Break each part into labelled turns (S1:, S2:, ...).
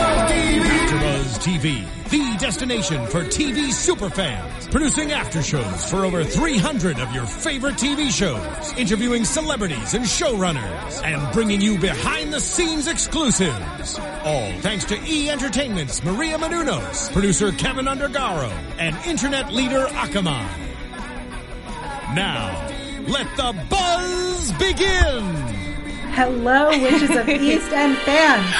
S1: AfterBuzz TV, the destination for TV superfans, producing aftershows for over 300 of your favorite TV shows, interviewing celebrities and showrunners, and bringing you behind-the-scenes exclusives. All thanks to E Entertainment's Maria Menounos, producer Kevin Undergaro, and internet leader Akamai. Now, let the buzz begin.
S2: Hello, Witches of East End fans.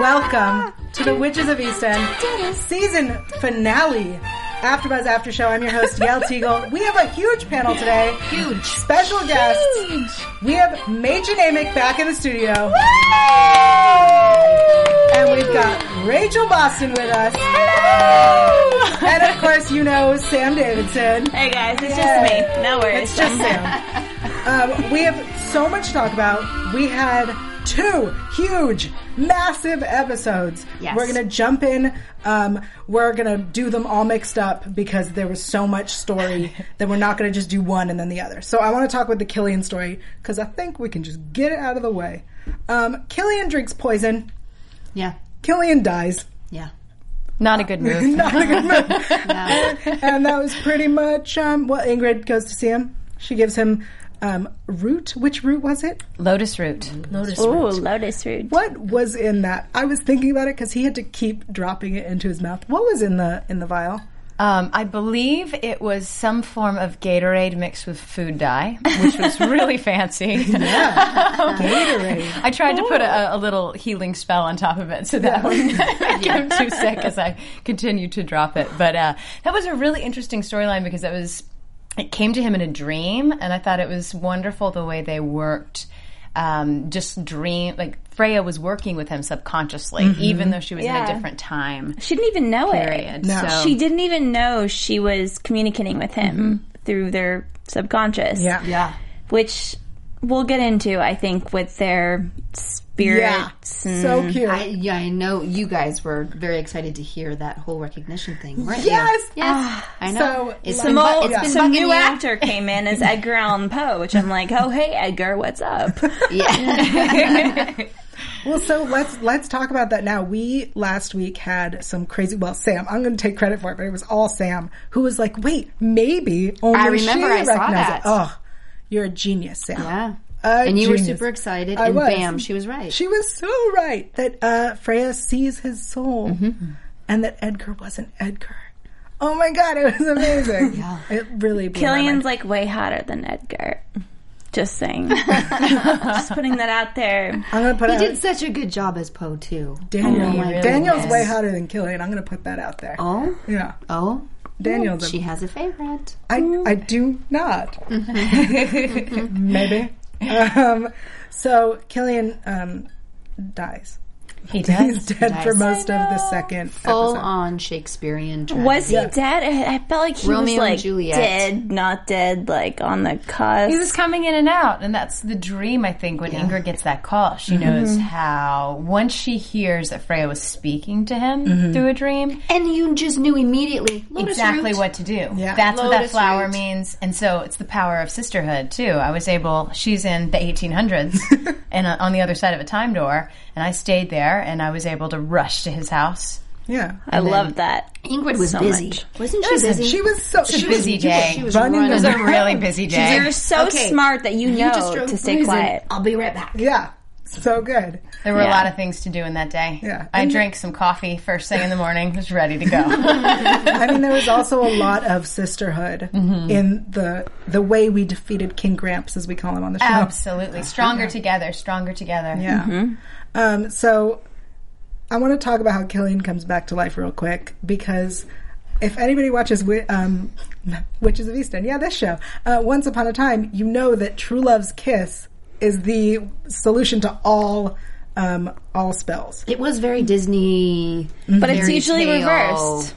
S2: Welcome to the Witches of East End season finale. AfterBuzz After Show. I'm your host Yael Teagle. We have a huge panel today. Huge special guests. We have Major Namek back in the studio, and we've got Rachel Boston with us, and of course, you know Sam Davidson.
S3: Hey guys, it's
S2: Yay.
S3: just me. No worries.
S2: It's just Sam. um, we have so much to talk about. We had two huge, massive episodes.
S3: Yes.
S2: We're going to jump in. Um, we're going to do them all mixed up because there was so much story that we're not going to just do one and then the other. So I want to talk with the Killian story because I think we can just get it out of the way. Um, Killian drinks poison.
S4: Yeah.
S2: Killian dies.
S4: Yeah. Not a good move.
S2: Not a good move. and, and that was pretty much um, well. Ingrid goes to see him. She gives him um, root. Which root was it?
S4: Lotus root.
S3: Ooh, lotus root.
S2: What was in that? I was thinking about it because he had to keep dropping it into his mouth. What was in the in the vial?
S4: Um, I believe it was some form of Gatorade mixed with food dye, which was really fancy.
S2: Gatorade.
S4: I tried to put a, a little healing spell on top of it so that I wouldn't get too sick as I continued to drop it. But uh, that was a really interesting storyline because it was it came to him in a dream, and I thought it was wonderful the way they worked. Um, just dream like Freya was working with him subconsciously, even though she was in
S3: Yeah.
S4: a different time.
S3: She didn't even know
S4: Period.
S3: it.
S4: No. So-
S3: She didn't even know she was communicating with him through their subconscious.
S2: Yeah.
S4: Yeah.
S3: Which we'll get into, I think, with their
S2: Yeah.
S3: spirits. and-
S2: So cute.
S5: Mm. I, yeah, I know you guys were very excited to hear that whole recognition thing, weren't
S2: Yes. Ah.
S5: you? Yes. I know.
S2: So,
S5: It's
S2: some
S3: Some,
S5: been, bu-
S3: old,
S5: it's been
S3: some
S5: bugging
S3: new
S5: you.
S3: actor came in as Edgar Allan Poe, which I'm like, oh hey Edgar, what's up?
S5: Yeah.
S2: Well, so let's let's talk about that now. We last week had some crazy. Well, Sam, I'm going to take credit for it, but it was all Sam who was like, "Wait, maybe only
S5: I remember
S2: she
S5: I saw
S2: recognized
S5: that.
S2: It. Oh, you're a genius, Sam.
S5: Yeah.
S2: A
S5: and you were
S2: genius.
S5: super excited,
S2: I
S5: and
S2: was.
S5: bam, she was right.
S2: She was so right that uh, Freya sees his soul
S5: Mm-hmm.
S2: and that Edgar wasn't Edgar. Oh my god, it was amazing. yeah. It really blew my mind.
S3: Killian's like way hotter than Edgar. Just saying. Just putting that out there.
S2: I'm gonna put
S5: he
S2: out
S5: did such a good job as Poe too.
S2: Daniel.
S5: Oh my
S2: Daniel's
S5: goodness.
S2: way hotter than Killian. I'm gonna put that out there.
S5: Oh,
S2: Yeah.
S5: oh,
S2: Daniel's
S5: she
S2: a,
S5: has a favorite.
S2: I, I do not. Maybe. Um, so Killian um, dies.
S4: He
S2: He's
S4: does.
S2: dead for
S5: dies.
S2: most of the second
S5: Full
S2: episode.
S5: on Shakespearean. Tragedy.
S3: Was he dead? I I felt like he
S5: Romeo
S3: was
S5: and
S3: like
S5: Juliet.
S3: dead, not dead, like on the cusp.
S4: He was coming in and out, and that's the dream. I think when Ingrid gets that call, she knows how. Once she hears that Freya was speaking to him through a dream,
S5: and you just knew immediately Lotus
S4: exactly
S5: root.
S4: what to do. That's what that
S5: Lotus
S4: flower
S5: root.
S4: means, and so it's the power of sisterhood too. I was able. She's in the 1800s, and uh, on the other side of a time door, and I stayed there, and I was able to rush to his house.
S2: Yeah.
S3: I love that.
S5: Ingrid was
S3: So
S5: busy,
S3: much.
S5: wasn't she busy?
S2: She was so
S4: It's a busy day.
S5: she was
S2: running
S5: running.
S4: it was a really busy day.
S3: You're so
S5: Okay.
S3: smart that you
S5: You
S3: know
S5: just drove
S3: to stay
S5: poison.
S3: quiet.
S5: I'll be right back.
S2: Yeah. So good.
S4: There were a
S3: Yeah.
S4: lot of things to do in that day.
S2: Yeah.
S4: I
S2: And-
S4: drank some coffee first thing in the morning, was ready to go.
S2: I mean, there was also a lot of sisterhood in the the way we defeated King Gramps, as we call him on the show.
S4: Absolutely. Stronger together, stronger together.
S2: Yeah. Um, so I want to talk about how Killian comes back to life real quick because if anybody watches Wi- um, Witches of Eastern, yeah, this show, uh, Once Upon a Time, you know that true love's kiss is the solution to all um, all spells.
S5: It was very Disney,
S3: But it's
S5: fairy
S3: usually
S5: tale,
S3: reversed.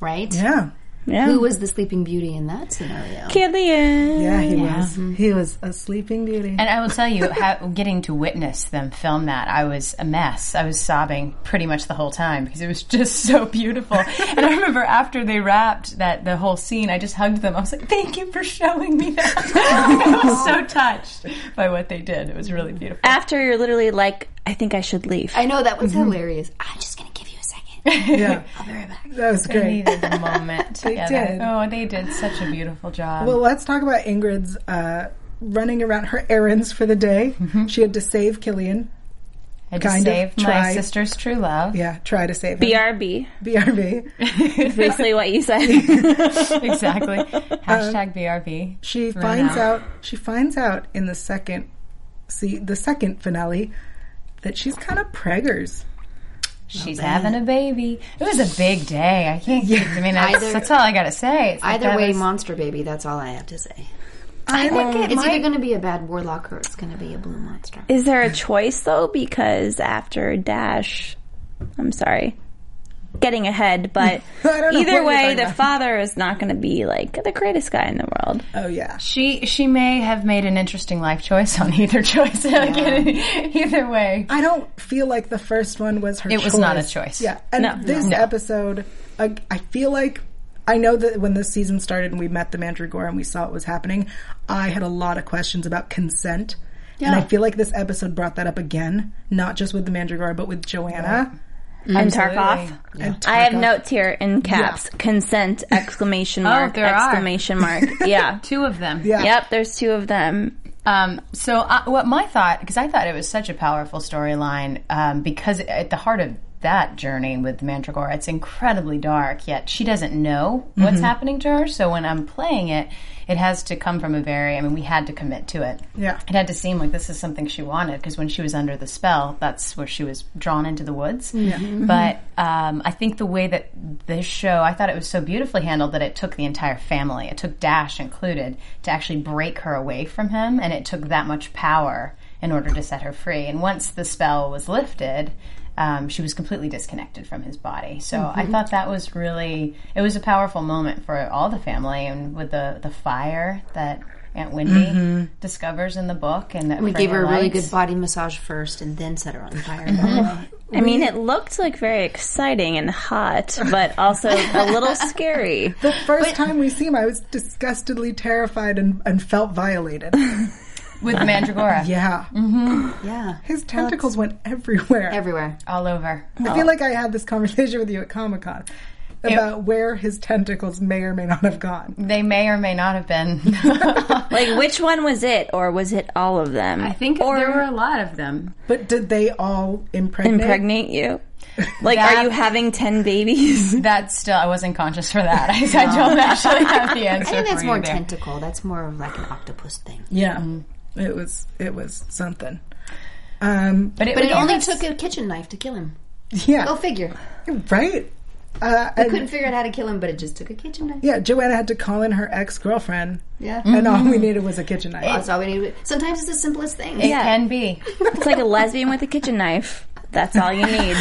S5: right?
S2: Yeah.
S3: Yeah.
S5: Who was the Sleeping Beauty in that scenario?
S3: Killian?
S2: Yeah, he was. He was a sleeping beauty.
S4: And I will tell you, how, getting to witness them film that, I was a mess. I was sobbing pretty much the whole time because it was just so beautiful. and I remember after they wrapped that the whole scene, I just hugged them. I was like, "Thank you for showing me that." I was so touched by what they did. It was really beautiful.
S3: After you're literally like, I think I should leave.
S5: I know that was
S4: Mm-hmm.
S5: hilarious. I'm just gonna give you a second.
S2: yeah,
S5: I'll be right back.
S2: that was
S4: They
S2: great.
S4: needed a moment together.
S2: did.
S4: Oh, they did such a beautiful job.
S2: Well, let's talk about Ingrid's uh, running around her errands for the day. She had to save Killian.
S4: I
S2: kind
S4: just
S2: of
S4: saved my
S2: try-
S4: sister's true love.
S2: Yeah, try to save him.
S3: BRB.
S2: BRB.
S3: Basically what you said.
S4: Exactly.
S2: Uh,
S4: Hashtag BRB.
S2: She
S4: Thrown
S2: finds out.
S4: out.
S2: She finds out in the second, see the second finale, that she's kind of preggers.
S4: She's having a baby. It was a big day. I can't. I mean, that's,
S5: Either-
S4: that's all I gotta say. It's like
S5: Either
S4: that
S5: way,
S4: was-
S5: monster baby. That's all I have to say.
S4: I think it
S5: It's
S4: might.
S5: either going to be a bad warlock or it's going to be a blue monster.
S3: Is there a choice though? Because after Dash, I'm sorry, getting ahead, but
S2: I don't know what
S3: either
S2: you're
S3: way,
S2: talking
S3: the
S2: about.
S3: father is not going to be like the greatest guy in the world.
S2: Oh yeah,
S4: she she may have made an interesting life choice on either choice. Again, either way,
S2: I don't feel like the first one was her.
S4: It was not a choice.
S2: Yeah, and
S3: No.
S2: this
S4: No.
S2: episode, I, I feel like I know that when this season started and we met the Mandragora and we saw it was happening, I had a lot of questions about consent, and I feel like this episode brought that up again, not just with the Mandragora but with Joanna.
S3: And Tarkov.
S2: And
S3: I have
S2: Tarkov.
S3: notes here in caps. Consent! Exclamation mark!
S4: there are.
S3: exclamation mark! Yeah.
S4: two of them.
S2: Yeah.
S3: Yep. There's two of them.
S4: Um, so I, what my thought, because I thought it was such a powerful storyline, um, because at the heart of that journey with Mandragora, it's incredibly dark. Yet she doesn't know what's happening to her. So when I'm playing it, it has to come from a very. I mean, we had to commit to it.
S2: Yeah.
S4: it had to seem like this is something she wanted because when she was under the spell, that's where she was drawn into the woods. But um, I think the way that this show, I thought it was so beautifully handled that it took the entire family, it took Dash included, to actually break her away from him, and it took that much power in order to set her free. And once the spell was lifted, um, she was completely disconnected from his body. So
S5: Mm-hmm.
S4: I thought that was really, it was a powerful moment for all the family, and with the the fire that. Aunt Wendy discovers in the book, and that
S5: Mm-hmm. We gave her a really good
S4: lights.
S5: body massage first and then set her on fire.
S4: Uh-huh.
S3: I mean,
S4: Mm-hmm.
S3: it looked like very exciting and hot, but also a little scary.
S2: The first time we see him, I was disgustedly terrified and, and felt violated.
S4: with Mandragora
S2: Yeah,
S5: yeah.
S2: his tentacles went everywhere.
S5: Everywhere.
S4: all over.
S2: I feel like I had this conversation with you at Comic Con about where his tentacles may or may not have gone.
S3: Mm.
S4: They may or may not have been.
S3: Like, which one was it, or was it all of them?
S4: I think
S3: or
S4: there were a lot of them.
S2: But did they all impregnate?
S3: impregnate you. Like,
S4: That-
S3: are you having ten babies?
S4: That's still, I wasn't conscious for that. I, I don't actually have the answer.
S5: I think
S4: for
S5: that's
S4: you
S5: more
S4: there.
S5: tentacle. That's more of like an octopus thing.
S2: Yeah,
S3: Mm.
S2: it was it was something. Um,
S4: But it,
S5: But it
S4: gave
S5: only
S4: us-
S5: took a kitchen knife to kill him.
S2: yeah,
S5: Go figure.
S2: right. Uh,
S4: Um,
S2: and-
S5: Couldn't figure out how to kill him, but it just took a kitchen knife.
S2: yeah, Joanna had to call in her ex girlfriend,
S5: Yeah.
S2: and all
S3: Mm-hmm.
S2: we needed was a kitchen knife.
S5: That's all we needed. Sometimes it's the simplest thing.
S4: It can be.
S3: It's like a lesbian with a kitchen knife. That's all you need.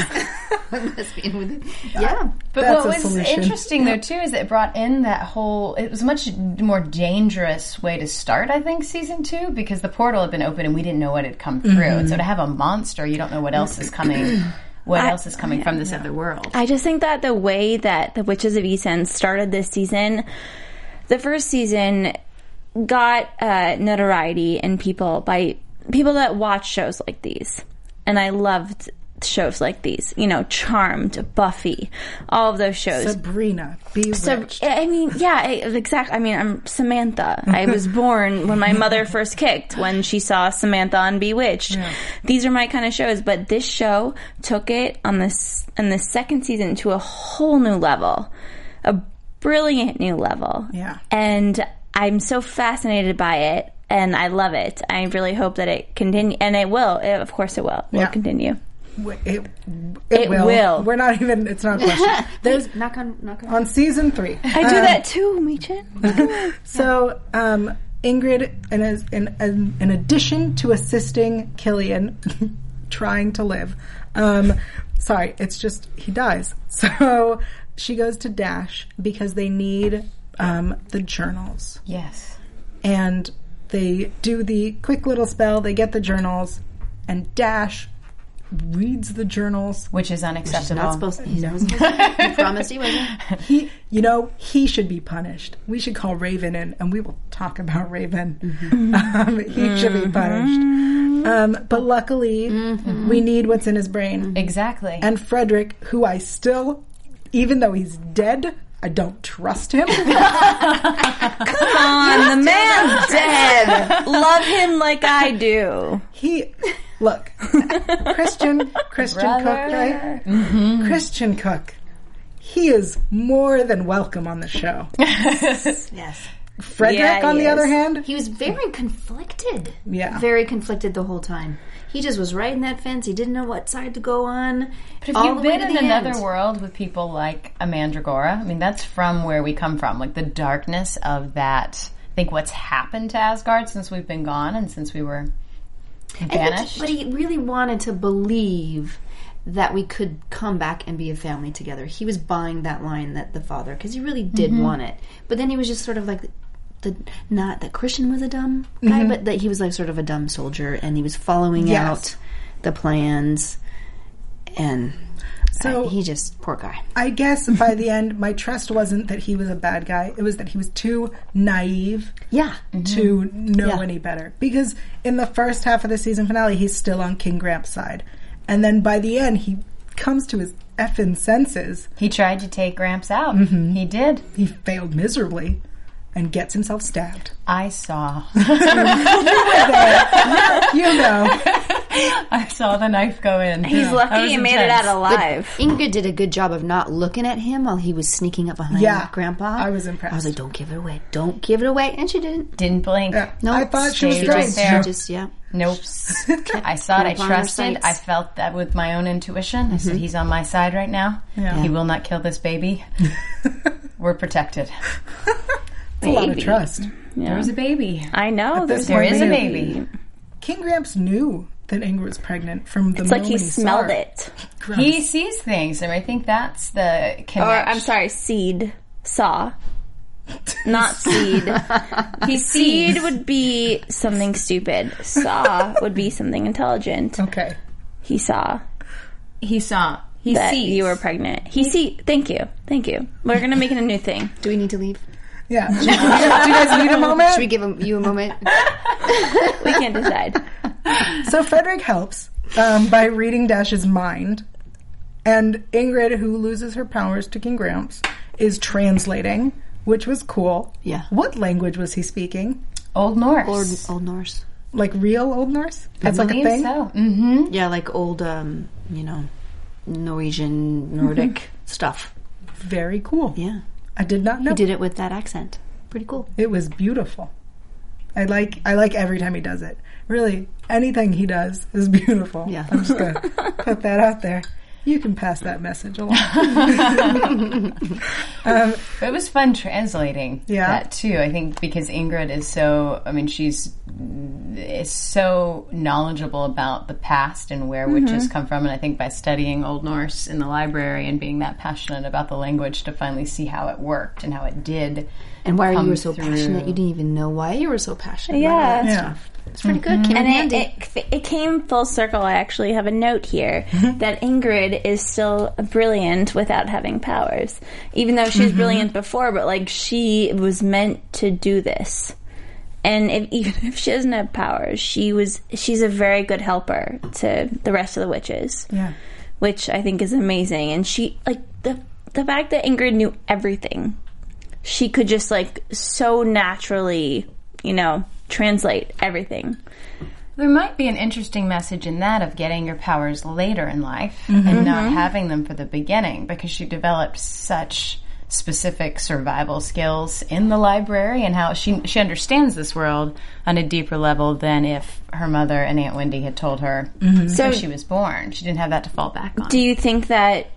S5: Must be in with it. Yeah.
S4: But
S2: That's
S4: what
S2: a
S4: was
S2: solution.
S4: interesting though too is that it brought in that whole. It was a much more dangerous way to start, I think, season two because the portal had been open and we didn't know what had come through. And so to have a monster, you don't know what else is coming. What else is coming from this other world?
S3: I just think that the way that the Witches of East End started this season, the first season got uh, notoriety in people by people that watch shows like these. And I loved shows like these, you know, Charmed, Buffy, all of those shows.
S2: Sabrina, bewitched.
S3: So I mean, yeah, I, exactly. I mean, I'm Samantha. I was born when my mother first kicked when she saw Samantha on Bewitched. These are my kind of shows, but this show took it on this in the second season to a whole new level, a brilliant new level.
S2: Yeah.
S3: and I'm so fascinated by it. And I love it. I really hope that it continue, and it will. It, of course, it will. It
S2: Yeah.
S3: will continue.
S2: W- it,
S3: It will.
S2: We're not even. It's not a question. There's
S5: Knock on, knock on.
S2: on season three.
S3: I do that too, Mechin.
S2: So, um, Ingrid, in, as in, in, in addition to assisting Killian trying to live. Um, sorry, it's just he dies. So she goes to Dash because they need um, the journals
S4: Yes.
S2: and they do the quick little spell. They get the journals, and Dash reads the journals.
S4: Which is unacceptable.
S5: Not supposed to. He's not supposed to. He promised he wasn't.
S2: He, you know, he should be punished. We should call Raven in, and we will talk about Raven.
S3: Mm-hmm.
S2: Um, he should be punished. Um, but luckily,
S3: Mm-hmm.
S2: we need what's in his brain.
S4: exactly.
S2: And Frederick, who I still, even though he's dead, I don't trust him.
S3: on. The man's dead. Love him like I do.
S2: he look christian christian cook right
S3: Mm-hmm.
S2: christian cook he is more than welcome on the show
S5: Yes.
S2: frederick
S3: Yeah,
S2: on the
S3: he
S2: other
S3: is.
S2: hand
S5: He was very conflicted.
S2: Yeah.
S5: Very conflicted the whole time. He just was right in that fence. He didn't know what side to go on. But
S4: If you've been in another world with people like a Mandragora, I mean, that's from where we come from, like the darkness of that. I think what's happened to Asgard since we've been gone and since we were vanished.
S5: But he really wanted to believe that we could come back and be a family together. He was buying that line that the father, because he really did
S2: Mm-hmm.
S5: want it. But then he was just sort of like the not that Christian was a dumb guy,
S2: Mm-hmm.
S5: but that he was like sort of a dumb soldier, and he was following
S2: Yes.
S5: out the plans. And
S2: So-
S5: uh, he just poor guy.
S2: i guess by the end my trust wasn't that he was a bad guy it was that he was too naive
S5: Yeah.
S2: to know
S5: Yeah.
S2: any better because in the first half of the season finale he's still on king gramp's side and then by the end he comes to his effing senses
S4: he tried to take Gramps out. He did.
S2: he failed miserably and gets himself stabbed
S4: I saw.
S2: you know
S4: I saw the knife go in.
S3: He's lucky he made it out alive.
S5: Ingrid did a good job of not looking at him while he was sneaking up behind
S2: Yeah.
S5: Grandpa.
S2: I was impressed.
S5: I was like, "Don't give it away! Don't give it away!" And she didn't.
S4: Didn't blink.
S5: No,
S2: I thought she was
S5: She
S4: stayed
S2: right
S5: just,
S2: there.
S5: she just, yeah.
S4: Nope. I saw it. I
S5: Kept on her
S4: trusted.
S5: sights.
S4: I felt that with my own intuition. I said, "He's on my side right now. He will not kill this baby. We're protected."
S2: It's a lot of trust.
S4: There's a baby.
S3: I know. There's
S4: There is a
S3: baby.
S4: baby.
S2: King Gramps knew that Ingrid was pregnant from the
S3: It's like he
S2: moment saw
S3: smelled
S2: her.
S3: it.
S4: He sees things, and I think that's the connection.
S3: Or Oh, I'm sorry, seed saw. Not seed. he seed would be something stupid. Saw would be something intelligent.
S2: Okay.
S3: He saw
S4: He saw. He
S3: that
S4: sees.
S3: you were pregnant. He see. Thank you. Thank you. We're gonna make it a new thing.
S5: Do we need to leave?
S2: Yeah. Do you guys need a
S5: Should we
S2: moment?
S5: give him, you a moment?
S3: We can't decide.
S2: So Frederick helps um, by reading Dash's mind, and Ingrid, who loses her powers to King Gramps, is translating, which was cool.
S5: Yeah.
S2: What language was he speaking?
S4: Old Norse.
S5: Old, old Norse.
S2: Like real Old Norse? That's like a
S4: Believe
S2: thing.
S4: so. Mm-hmm.
S5: Yeah, like old, um, you know, Norwegian, Nordic stuff.
S2: Very cool.
S5: Yeah,
S2: I did not know.
S5: he did it with that accent. Pretty cool.
S2: It was beautiful. I like I like every time he does it. Really, anything he does is beautiful.
S5: Yeah.
S2: I'm just gonna put that out there. You can pass that message along. um,
S4: It was fun translating
S2: Yeah.
S4: that too. I think because Ingrid is so. I mean, she's is so knowledgeable about the past and where witches come from. And I think by studying Old Norse in the library and being that passionate about the language to finally see how it worked and how it did.
S5: And why you
S4: Come
S5: were so
S4: through.
S5: passionate? You didn't even know why you were so passionate.
S3: Yeah.
S5: about that
S2: Yeah.
S5: stuff. It's pretty good. Came in
S3: And
S5: handy.
S3: it, it, it came full circle. I actually have a note here that Ingrid is still brilliant without having powers. Even though she was brilliant before, but like she was meant to do this. And if, even if she doesn't have powers, she was she's a very good helper to the rest of the witches.
S2: Yeah.
S3: Which I think is amazing. And she like the the fact that Ingrid knew everything. She could just like so naturally, you know, translate everything.
S4: There might be an interesting message in that of getting your powers later in life
S3: Mm-hmm.
S4: and not having them for the beginning because she developed such specific survival skills in the library and how she she understands this world on a deeper level than if her mother and Aunt Wendy had told her so she was born. She didn't have that to fall back on.
S3: Mm-hmm. Do you think that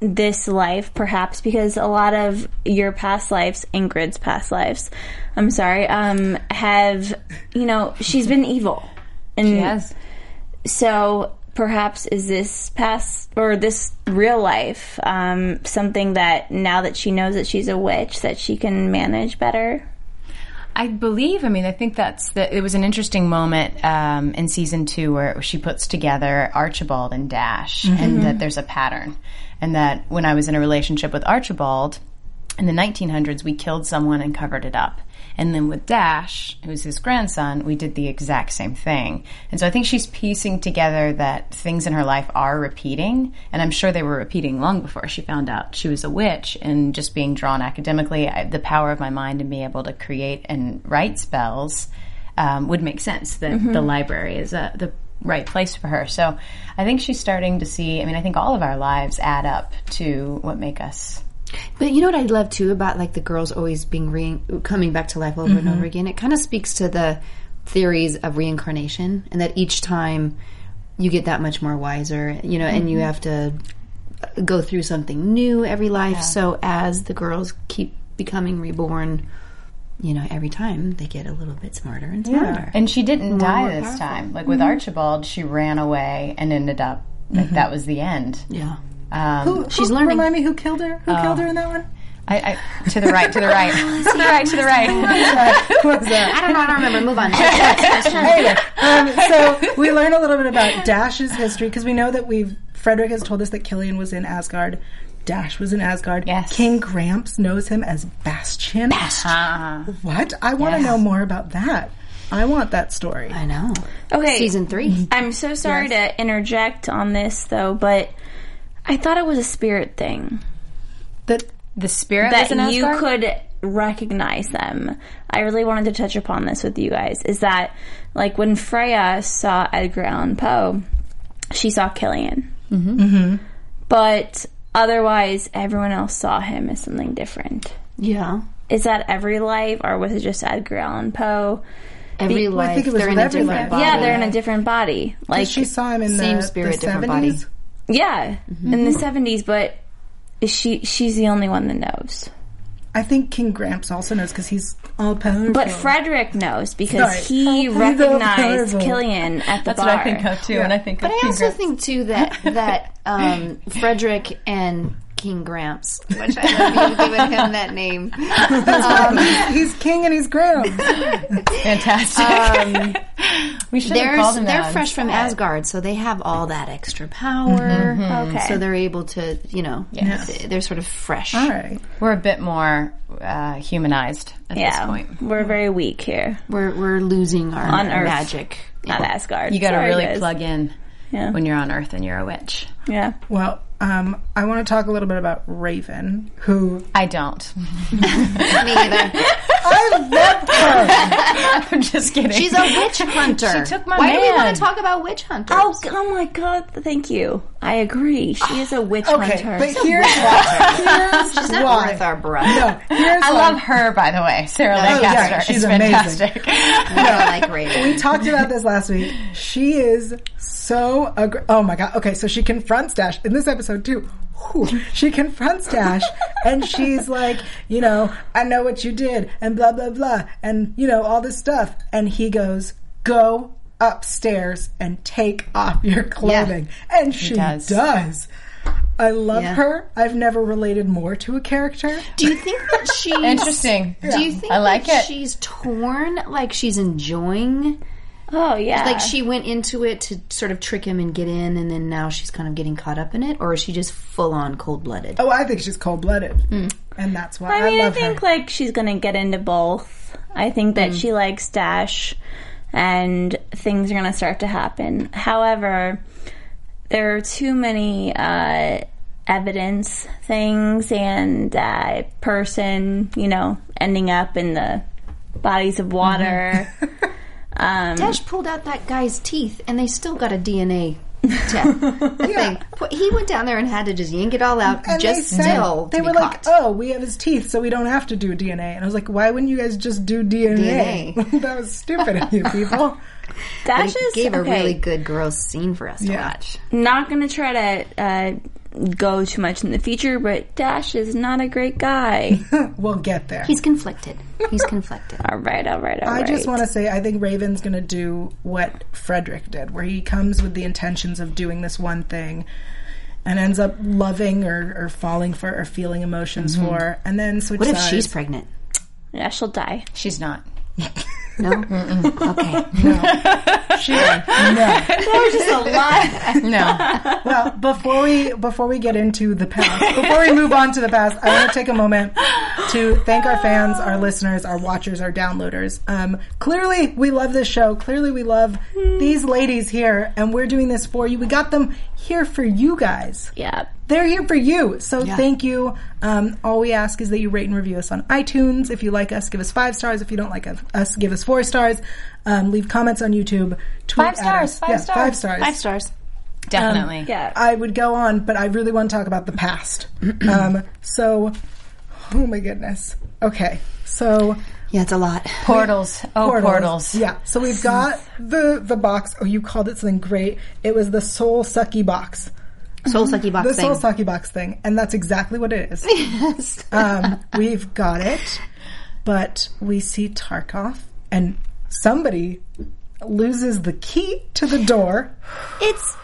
S3: this life, perhaps, because a lot of your past lives, Ingrid's past lives, I'm sorry, um, have, you know, she's been evil. And
S4: yes.
S3: so perhaps is this past or this real life um, something that now that she knows that she's a witch that she can manage better?
S4: I believe. I mean, I think that's the. It was an interesting moment um, in season two where she puts together Archibald and Dash, and that there's a pattern, and that when I was in a relationship with Archibald in the 1900s, we killed someone and covered it up. And then with Dash, who's his grandson, we did the exact same thing. And so I think she's piecing together that things in her life are repeating. And I'm sure they were repeating long before she found out she was a witch. And just being drawn academically, I, the power of my mind and being able to create and write spells um, would make sense that the library is a, the right place for her. So I think she's starting to see, I mean, I think all of our lives add up to what make us
S5: But you know what I love too about like the girls always being re- coming back to life over and over again. It kind of speaks to the theories of reincarnation, and that each time you get that much more wiser, you know, and you have to go through something new every life. So as the girls keep becoming reborn, you know, every time they get a little bit smarter and smarter.
S4: And she didn't die this time. Like with Archibald, she ran away and ended up like that was the end.
S5: Yeah.
S4: Um,
S2: Who-
S5: She's
S2: who-
S5: learning. Uh,
S2: Remind me who killed her? Who killed her in that one?
S4: I, I, to the right, to the right, to the right, to the right.
S5: I don't know. I don't remember. Move on.
S2: anyway, um, so we learn a little bit about Dash's history because we know that we've Frederick has told us that Killian was in Asgard. Dash was in Asgard.
S4: Yes.
S2: King Gramps knows him as Bastion. Bastion.
S5: Uh-huh.
S2: What? I want to
S4: Yes.
S2: know more about that. I want that story.
S5: I know.
S3: Okay,
S5: Season three.
S3: I'm so sorry to interject on this though, but I thought it was a spirit thing
S2: That
S4: The spirit
S3: that
S4: was in
S3: you
S4: Asgard?
S3: could recognize them. I really wanted to touch upon this with you guys. Is that like when Freya saw Edgar Allan Poe, she saw Killian, mm-hmm. but otherwise everyone else saw him as something different.
S5: Yeah.
S3: Is that every life, or was it just Edgar Allan Poe?
S5: Every
S2: Well, I
S5: life,
S2: think it was
S5: they're in
S2: with
S5: a
S2: every
S5: different
S2: life.
S5: body.
S3: Yeah, they're in a different body. Like
S2: she saw him in
S5: Same
S2: the
S5: spirit,
S2: the
S5: different body.
S2: 70s?
S3: Yeah, in the seventies, but is she she's the only one that knows.
S2: I think King Gramps also knows because he's all powerful.
S3: But Frederick knows because
S2: Right.
S3: he
S2: He's
S3: recognized
S2: adorable.
S3: Killian at the
S4: That's
S3: bar.
S4: what I think of too, and I think
S5: But
S4: of
S5: I
S4: King
S5: also
S4: Grimms.
S5: think too that that um, Frederick and King Gramps, which I love you giving him that name.
S2: Um, he's, he's king and he's Gramps.
S4: fantastic. we should have
S5: They're
S4: called him
S5: they're
S4: that
S5: um, fresh from
S4: instead.
S5: Asgard, so they have all that extra power.
S3: Okay.
S5: So they're able to, you know, th- they're sort of fresh.
S2: all right.
S4: We're a bit more uh, humanized at this
S3: yeah,
S4: point.
S3: we're very weak here
S5: We're we're losing our
S3: On Earth.
S5: magic.
S3: at Asgard.
S4: You got to
S3: Sorry,
S4: really
S3: guys.
S4: plug in
S3: Yeah.
S4: when you're on Earth and you're a witch.
S3: Yeah,
S2: Well, um, I want to talk a little bit about Raven, who
S4: I don't.
S5: Me either.
S2: I love her.
S4: I'm just kidding.
S5: She's a witch hunter.
S4: She took my
S5: Why do we
S4: man.
S5: want to talk about witch hunters?
S3: Oh, g- oh my God! Thank you. I agree. She is a witch
S2: Okay,
S3: hunter.
S2: but here's why. Here's
S5: She's not
S2: why.
S5: worth our breath.
S2: No, here's
S4: I
S2: why.
S4: love her, by the way, Sarah
S5: Oh, yeah,
S4: Lancaster.
S2: she's
S4: She's
S2: amazing.
S4: fantastic.
S5: I don't like Raven.
S2: We talked about this last week. She is so aggr- oh my god. Okay, so she confronts Dash in this episode too. Whew. She confronts Dash and she's like, you know, I know what you did and blah blah blah and you know all this stuff and he goes, "Go upstairs and take off your clothing." And she
S4: does.
S2: does. I love
S5: Yeah.
S2: her. I've never related more to a character.
S5: Do you think that she's
S4: Interesting.
S5: Do you think
S4: I like
S5: that
S4: it.
S5: she's torn? Like she's enjoying?
S3: oh yeah.
S5: Like she went into it to sort of trick him and get in, and then now she's kind of getting caught up in it, or is she just full on cold blooded?
S2: Oh, I think she's cold blooded, and that's why I,
S3: I mean, I,
S2: love
S3: think
S2: her. Mm.
S3: like she's gonna get into both. I think that she likes Dash, and things are gonna start to happen. However, there are too many uh, evidence things and uh, person, you know, ending up in the bodies of water.
S2: Mm-hmm.
S5: Dash pulled out that guy's teeth, and they still got a DNA test. thing. Put- He went down there and had to just yank it all out,
S2: And
S5: just
S2: they said-
S5: still
S2: they
S5: to
S2: were
S5: be
S2: like,
S5: caught.
S2: "Oh, we have his teeth, so we don't have to do DNA." And I was like, "Why wouldn't you guys just do DNA?" that was stupid of you people.
S3: Dash
S5: It
S3: is
S5: gave a
S3: okay,
S5: really good gross scene for us to watch.
S3: not gonna try to uh, go too much in the future, but Dash is not a great guy.
S2: We'll get there.
S5: He's conflicted. He's conflicted.
S3: all right, all right, all
S2: I
S3: right.
S2: just want to say, I think Raven's going to do what Frederick did, where he comes with the intentions of doing this one thing and ends up loving or, or falling for or feeling emotions for, and then switch
S5: Mm-hmm. What if
S2: sides.
S5: she's pregnant?
S3: Yeah, she'll die.
S4: She's not.
S5: Um, No. okay.
S2: She- no.
S4: No.
S2: Well, before we before we get into the past, before we move on to the past, I want to take a moment to thank our fans, our listeners, our watchers, our downloaders. Um, clearly, we love this show. Clearly, we love these ladies here, and we're doing this for you. We got them here for you guys.
S3: Yeah.
S2: They're here for you. So thank you. Um, all we ask is that you rate and review us on iTunes. If you like us, give us five stars. If you don't like us- us, give us four stars. Um, leave comments on YouTube. Tweet
S4: Five
S2: at
S4: stars,
S2: us.
S4: five
S2: Yeah,
S4: stars.
S2: Five stars.
S5: Five stars.
S4: Definitely.
S3: Yeah.
S2: I would go on, but I really want to talk about the past. um, so, oh my goodness. Okay, so
S5: Yeah, it's a lot.
S4: Portals. Oh, portals.
S2: Yeah, so we've got the the box. Oh, you called it something great. It was the soul sucky box,
S5: Soul sucky box
S2: the
S5: thing.
S2: soul sucky box thing, and that's exactly what it is. um, we've got it, but we see Tarkov and somebody loses the key to the door.
S5: It's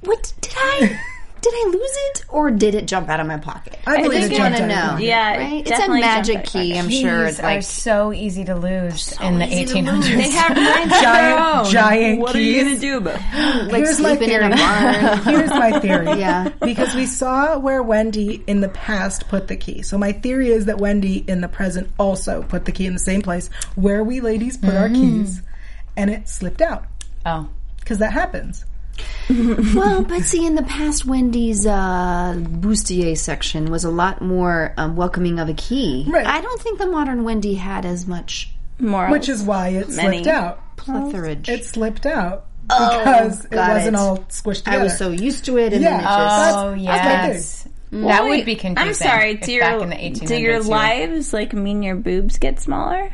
S5: what did I did I lose it or did it jump out of my pocket?
S2: I believe
S5: just
S2: it
S5: want
S2: jumped
S5: to
S2: out of
S5: know.
S2: my-
S3: Yeah, it
S5: right? it's a
S3: definitely
S5: magic
S3: jumped out of my
S5: key. I'm
S4: Keys
S5: sure it's
S4: are
S5: like
S4: so easy to lose in the
S5: easy to lose.
S4: 1800s.
S5: They have minds of their
S2: Giant,
S5: own.
S2: giant
S3: What
S2: keys.
S3: are you gonna do?
S5: like
S3: But
S2: Here's my
S5: sleeping in
S2: theory.
S5: a barn.
S2: Here's my theory.
S5: Yeah.
S2: Because we saw where Wendy in the past put the key. So my theory is that Wendy in the present also put the key in the same place where we ladies put our
S5: Mm-hmm.
S2: keys and it slipped out.
S4: Oh.
S2: Because that happens.
S5: well, but see, in the past, Wendy's uh, bustier section was a lot more um, welcoming of a key.
S2: Right.
S5: I don't think the modern Wendy had as much
S3: more.
S2: Which is why it
S3: Many.
S2: slipped out.
S5: plethorage.
S2: It slipped out. Because it
S5: Oh, got
S2: wasn't
S5: it.
S2: all squished
S5: I
S2: together.
S5: was so used to it, and then it
S2: Yeah. uh,
S5: just.
S2: That's-
S4: Oh,
S2: that's my
S4: yes. That would be confusing.
S3: I'm sorry.
S4: if
S3: Do your
S4: back in the 1800s
S3: do your
S4: you-
S3: lives like mean your boobs get smaller?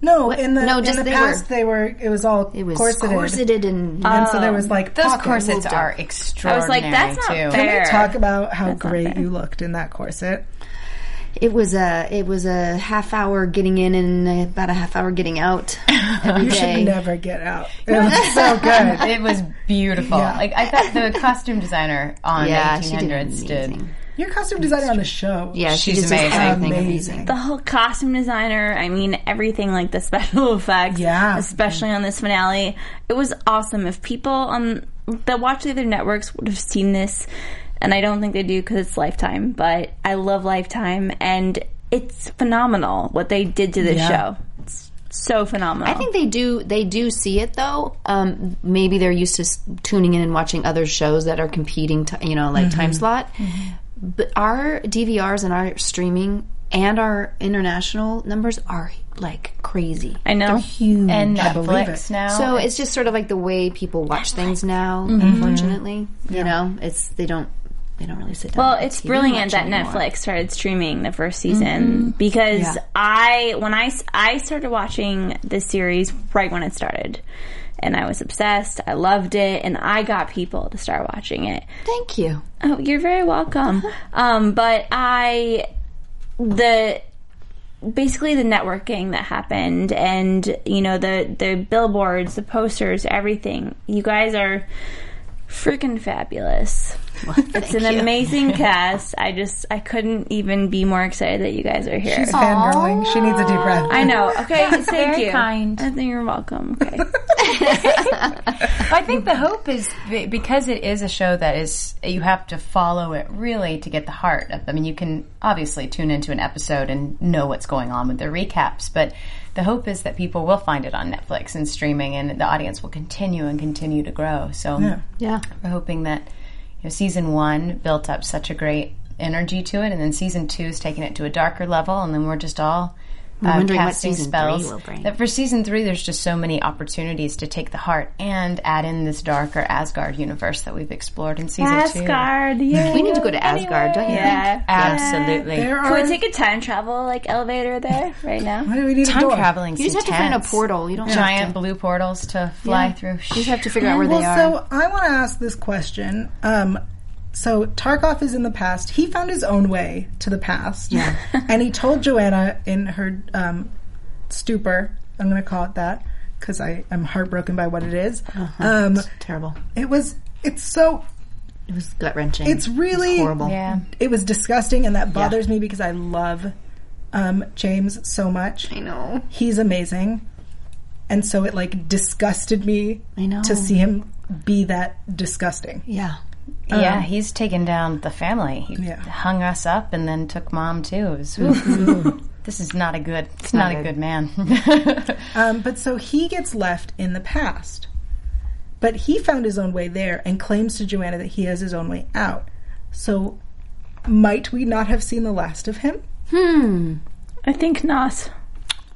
S2: no, in the,
S5: No,
S2: in
S5: just
S2: the
S5: they
S2: past
S5: were-
S2: they were it was all
S5: it was
S2: corseted.
S5: corseted, Oh. and
S2: and so there was like
S4: Those
S2: pockets.
S4: corsets
S5: moved
S4: are
S5: up.
S4: extraordinary.
S3: "That's not
S4: too.
S3: fair."
S2: Can we talk about how
S3: not
S2: great
S3: fair.
S2: you looked in that corset?
S5: it was a it was a half hour getting in and about a half hour getting out. every
S2: You
S5: day.
S2: should never get out. It was so good.
S4: It was beautiful.
S2: Yeah.
S4: Like I thought, the costume designer on the
S5: Yeah, she did
S4: 1800s did.
S5: amazing.
S2: Your costume designer on the show.
S5: Yeah, she
S4: She's
S5: just did
S4: amazing.
S5: everything
S2: Amazing.
S5: amazing.
S3: The whole costume designer, I mean everything like the special effects,
S2: Yeah.
S3: especially on this finale. It was awesome. If people on that watch the other networks would have seen this, and I don't think they do because it's Lifetime, but I love Lifetime, and it's phenomenal what they did to this
S2: Yeah.
S3: show. It's so phenomenal.
S5: I think they do. They do see it though. Um, maybe they're used to s- tuning in and watching other shows that are competing. T- you know, like time slot. But our DVRs and our streaming and our international numbers are like crazy.
S3: I know.
S2: huge.
S4: And
S2: I believe
S4: Netflix
S2: it.
S4: now.
S5: So it's just sort of like the way people watch things now. Unfortunately, you know, it's they don't they don't really sit down.
S3: Well,
S5: and
S3: it's
S5: TV
S3: brilliant
S5: much
S3: that
S5: anymore. Mm-hmm.
S3: Netflix started streaming the first season because
S5: Yeah.
S3: I when I s- I started watching this series right when it started. And I was obsessed. I loved it, and I got people to start watching it.
S5: Thank you.
S3: Oh, you're very welcome. Um, but I, the basically the networking that happened, and you know the the billboards, the posters, everything. You guys are freaking fabulous. it's an amazing cast. I just I couldn't even be more excited that you guys are here.
S2: She's fangirling. She needs a deep breath.
S3: I know. Okay, thank
S4: very
S3: you.
S4: kind.
S3: I think you're welcome. Okay.
S4: I think the hope is be- because it is a show that is you have to follow it really to get the heart of. I mean, you can obviously tune into an episode and know what's going on with the recaps, but the hope is that people will find it on Netflix and streaming, and the audience will continue and continue to grow. So
S5: Yeah.
S4: we're hoping that you know, season one built up such a great energy to it, and then season two is taking it to a darker level, and then we're just all um,
S5: wondering what
S4: casting
S5: season three
S4: spells.
S5: will bring.
S4: That for season three, there's just so many opportunities to take the heart and add in this darker Asgard universe that we've explored in season two.
S3: Asgard. Yeah.
S5: We need to go to Asgard, don't you? think?
S3: Yeah.
S4: Absolutely,
S2: There are.
S3: Can we take a time travel like elevator there right now?
S2: Why do we need a
S4: time
S2: door?
S4: traveling.
S5: You just have to find a portal. You don't
S4: Giant
S5: Have to,
S4: blue portals to fly through.
S5: you just have to figure out where they
S2: Well,
S5: are.
S2: so I want to ask this question. Um, so Tarkov is in the past. He found his own way to the past. Yeah. and he told Joanna in her um, stupor, I'm going to call it that because I am heartbroken by what it is. Um,
S5: Terrible.
S2: it was, it's so,
S5: It was gut wrenching.
S2: it's really
S5: horrible.
S4: Yeah.
S2: It was disgusting, and that bothers me because I love um, James so much.
S5: I know.
S2: He's amazing, and so it like disgusted me
S5: I know.
S2: to see him be that disgusting.
S5: Yeah. Uh-huh.
S4: yeah, he's taken down the family. He
S2: Yeah.
S4: hung us up and then took mom too. It was,
S5: Mm-hmm.
S4: ooh, this is not a good. It's not, a good man.
S2: Um, but so he gets left in the past. But he found his own way there and claims to Joanna that he has his own way out. So might we not have seen the last of him?
S3: I think not.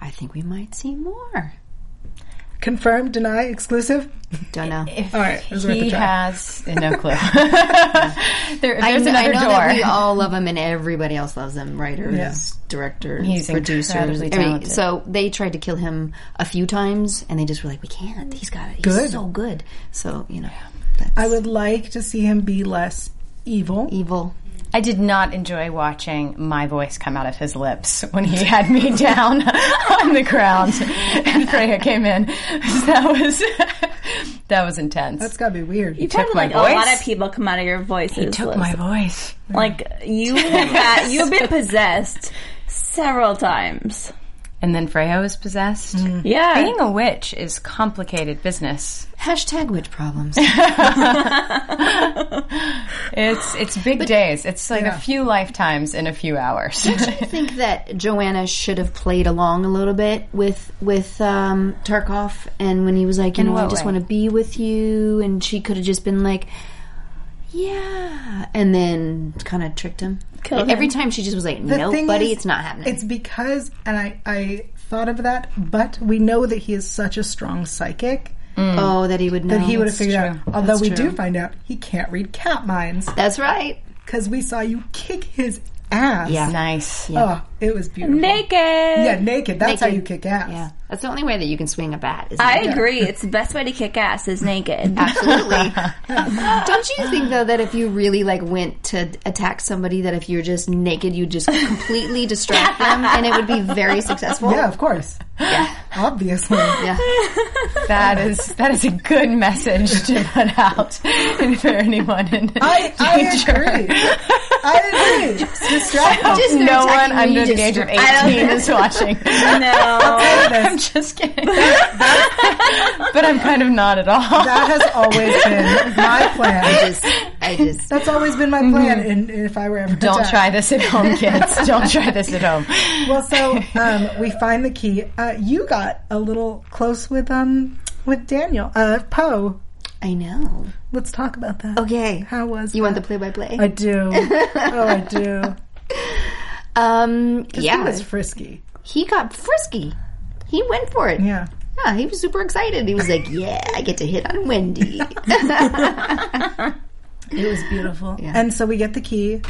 S5: I think we might see more.
S2: Confirm, deny, exclusive?
S5: Don't know.
S4: If
S2: All right, it was worth a
S4: he
S2: try.
S4: has uh, no clue. there,
S5: I,
S4: there's
S5: kn- I
S4: another
S5: know
S4: door.
S5: that we all love him, and everybody else loves him. Writers, directors,
S4: He's
S5: producers.
S4: incredibly
S5: I mean,
S4: talented.
S5: so they tried to kill him a few times, and they just were like, "We can't. He's got it. He's
S2: Good.
S5: so good." So you know, that's
S2: I would like to see him be less evil.
S5: evil.
S4: I did not enjoy watching my voice come out of his lips when he had me down on the ground and Freya came in. That was that was intense.
S2: That's gotta be weird.
S5: E-
S3: You've had
S4: took my
S3: like a lot
S4: voice?
S3: of people come out of your voices. Liz.
S4: voice.
S3: like you have got, you've been possessed several times.
S4: And then Freya was possessed.
S3: Yeah,
S4: Being a witch is complicated business.
S5: Hashtag witch problems.
S4: It's it's big days. It's like a few lifetimes in a few hours.
S5: I think that Joanna should have played along a little bit with with um, Tarkov, and when he was like, you know, I
S4: what
S5: just
S4: way?
S5: want to be with you, and she could have just been like, yeah, and then kind of tricked him.
S3: Killed
S5: Every
S3: him.
S5: time she just was like,
S2: The
S5: no,
S2: thing is,
S5: buddy, it's not happening.
S2: It's because, and I, I thought of that, but we know that he is such a strong psychic
S5: oh, that he would know.
S2: that he would have
S5: That's
S2: figured
S5: true.
S2: out. Although
S5: That's
S2: we
S5: true.
S2: do find out he can't read cat minds
S5: That's right.
S2: because we saw you kick his ass.
S5: Yeah.
S4: nice.
S2: Oh, it was beautiful.
S3: naked.
S2: Yeah, naked. That's how
S5: Naked.
S2: you kick ass.
S5: Yeah, that's the only way that you can swing a bat. Is
S3: I agree. It's the best way to kick ass is naked.
S5: Absolutely. Don't you think though that if you really like went to attack somebody, that if you're just naked, you'd just completely distract them, and it would be very successful.
S2: Yeah, of course.
S5: Yeah.
S2: Obviously.
S5: Yeah.
S4: That is that is a good message to put out for anyone in
S2: I, I
S4: danger.
S2: agree. I agree. Distract
S4: hope
S5: Just
S4: no
S5: attacking
S4: one
S5: me,
S4: under the
S5: just-
S4: age of
S3: I don't-
S4: 18 is watching.
S3: no,
S4: I'm just kidding. but I'm kind of not at all.
S2: That has always been my plan.
S5: Just, I just.
S2: That's always been my plan. And if I were ever
S4: Don't
S2: attacked.
S4: try this at home, kids. Don't try this at home.
S2: Well, so um, we find the key. Uh, you got a little close with um with Daniel uh, Poe.
S5: I know.
S2: Let's talk about that.
S5: Okay.
S2: How was
S5: You want the
S2: that?
S5: play-by-play?
S2: I do. Oh, I do.
S5: Um.
S2: he
S5: Yeah.
S2: was frisky.
S5: he got frisky. He went for it.
S2: Yeah.
S5: Yeah, he was super excited. He was like, "Yeah, I get to hit on Wendy."
S2: It was beautiful. And so we get the key.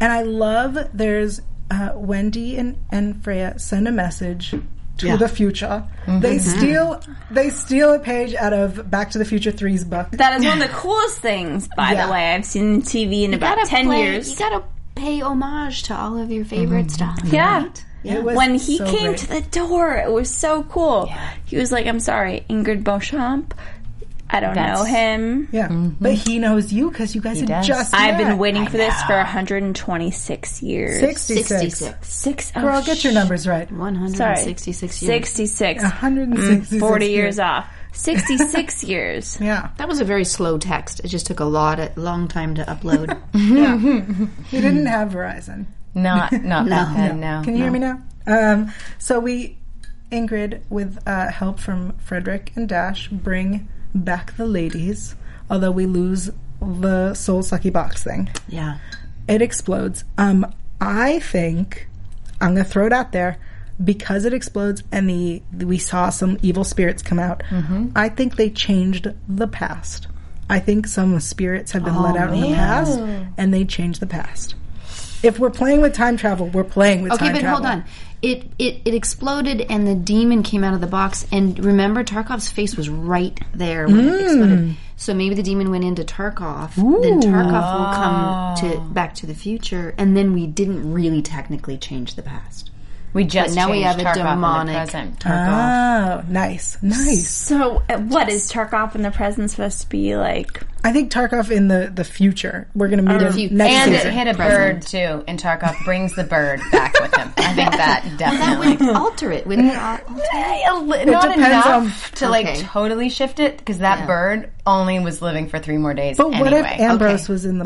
S2: And I love there's uh, Wendy and, and Freya send a message to
S5: Yeah.
S2: the future. They steal they steal a page out of Back to the Future 3's book.
S3: that is one of the coolest things. By
S2: Yeah.
S3: the way, I've seen on TV in about
S5: gotta
S3: ten
S5: play-
S3: years.
S5: You gotta pay homage to all of your favorite stuff.
S2: Mm-hmm.
S3: yeah.
S2: It was
S3: When he
S2: so
S3: came
S2: great.
S3: to the door, it was so cool. He was like, "I'm sorry, Ingrid Beauchamp. I don't know
S4: That's-
S3: him.
S2: yeah, but he knows you because you guys had
S4: does.
S2: just.
S3: I've been
S2: met.
S3: waiting for this for 126 years.
S2: 66.
S5: 66.
S3: Six. oh,
S2: Girl, get your
S3: sh-
S2: numbers right.
S5: Mm. 166 years.
S3: 66.
S2: 166.
S3: 40 years off. 66 years.
S2: Yeah,
S5: That was a very slow text. It just took a lot, a long time to upload.
S2: he didn't have Verizon.
S4: Not not back then. No.
S2: Can you hear me now? Um, so we, Ingrid, with uh, help from Frederick and Dash, bring back the ladies. Although we lose the soul sucky box thing,
S5: yeah.
S2: it explodes. Um, I think I'm gonna throw it out there because it explodes and the we saw some evil spirits come out.
S4: Mm-hmm.
S2: I think they changed the past. I think some spirits have been
S4: Oh,
S2: let out in the past, and they changed the past. If we're playing with time travel, we're playing with
S5: Okay,
S2: time
S5: but
S2: travel.
S5: hold on. It, it it exploded
S2: Mm.
S5: and the demon came out of the box. And remember, Tarkov's face was right there when it exploded. So maybe the demon went into Tarkov. Then
S2: Ah.
S5: Tarkov will come to Back to the Future, and then we didn't really technically change the past.
S4: We just
S5: now we
S4: changed
S5: have a
S4: Tarkov in the
S5: demonic- Ah.
S4: present.
S5: Tarkov.
S2: Oh, nice, nice.
S3: So, uh, what is Tarkov in the present supposed to be like?
S2: I think Tarkov in the the future. We're gonna meet
S5: future.
S2: him next
S4: Uh, And it
S2: season.
S4: hit a bird too, and Tarkov brings the bird back with him. I think that
S5: That
S4: definitely.
S5: would alter it, wouldn't it? Al- alter it?
S4: Eh, a li- not
S2: depends
S4: enough
S2: on-
S4: to like
S5: Okay.
S4: totally shift it because that bird only was living for three more days.
S2: but what if
S4: anyway.
S2: Ambrose was in the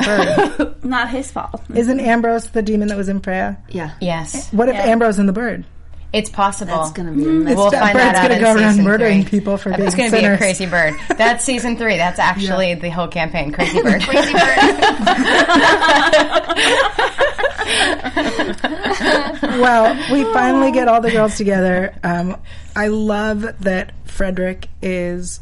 S2: bird?
S3: Not his fault.
S2: Isn't Ambrose the demon that was in Freya?
S5: Yeah,
S4: yes,
S2: What if Ambrose in the bird?
S4: it's possible.
S5: that's gonna be a mess.
S4: we'll
S2: that
S4: find
S2: bird's
S4: that out
S2: gonna
S4: in
S2: go around
S4: season
S2: murdering
S4: three.
S2: people for
S4: That's
S2: being
S4: gonna be a
S2: sinners.
S4: crazy bird. That's season three. That's actually the whole campaign. Crazy bird. crazy bird.
S2: well, we finally get all the girls together. Um, I love that Frederick is.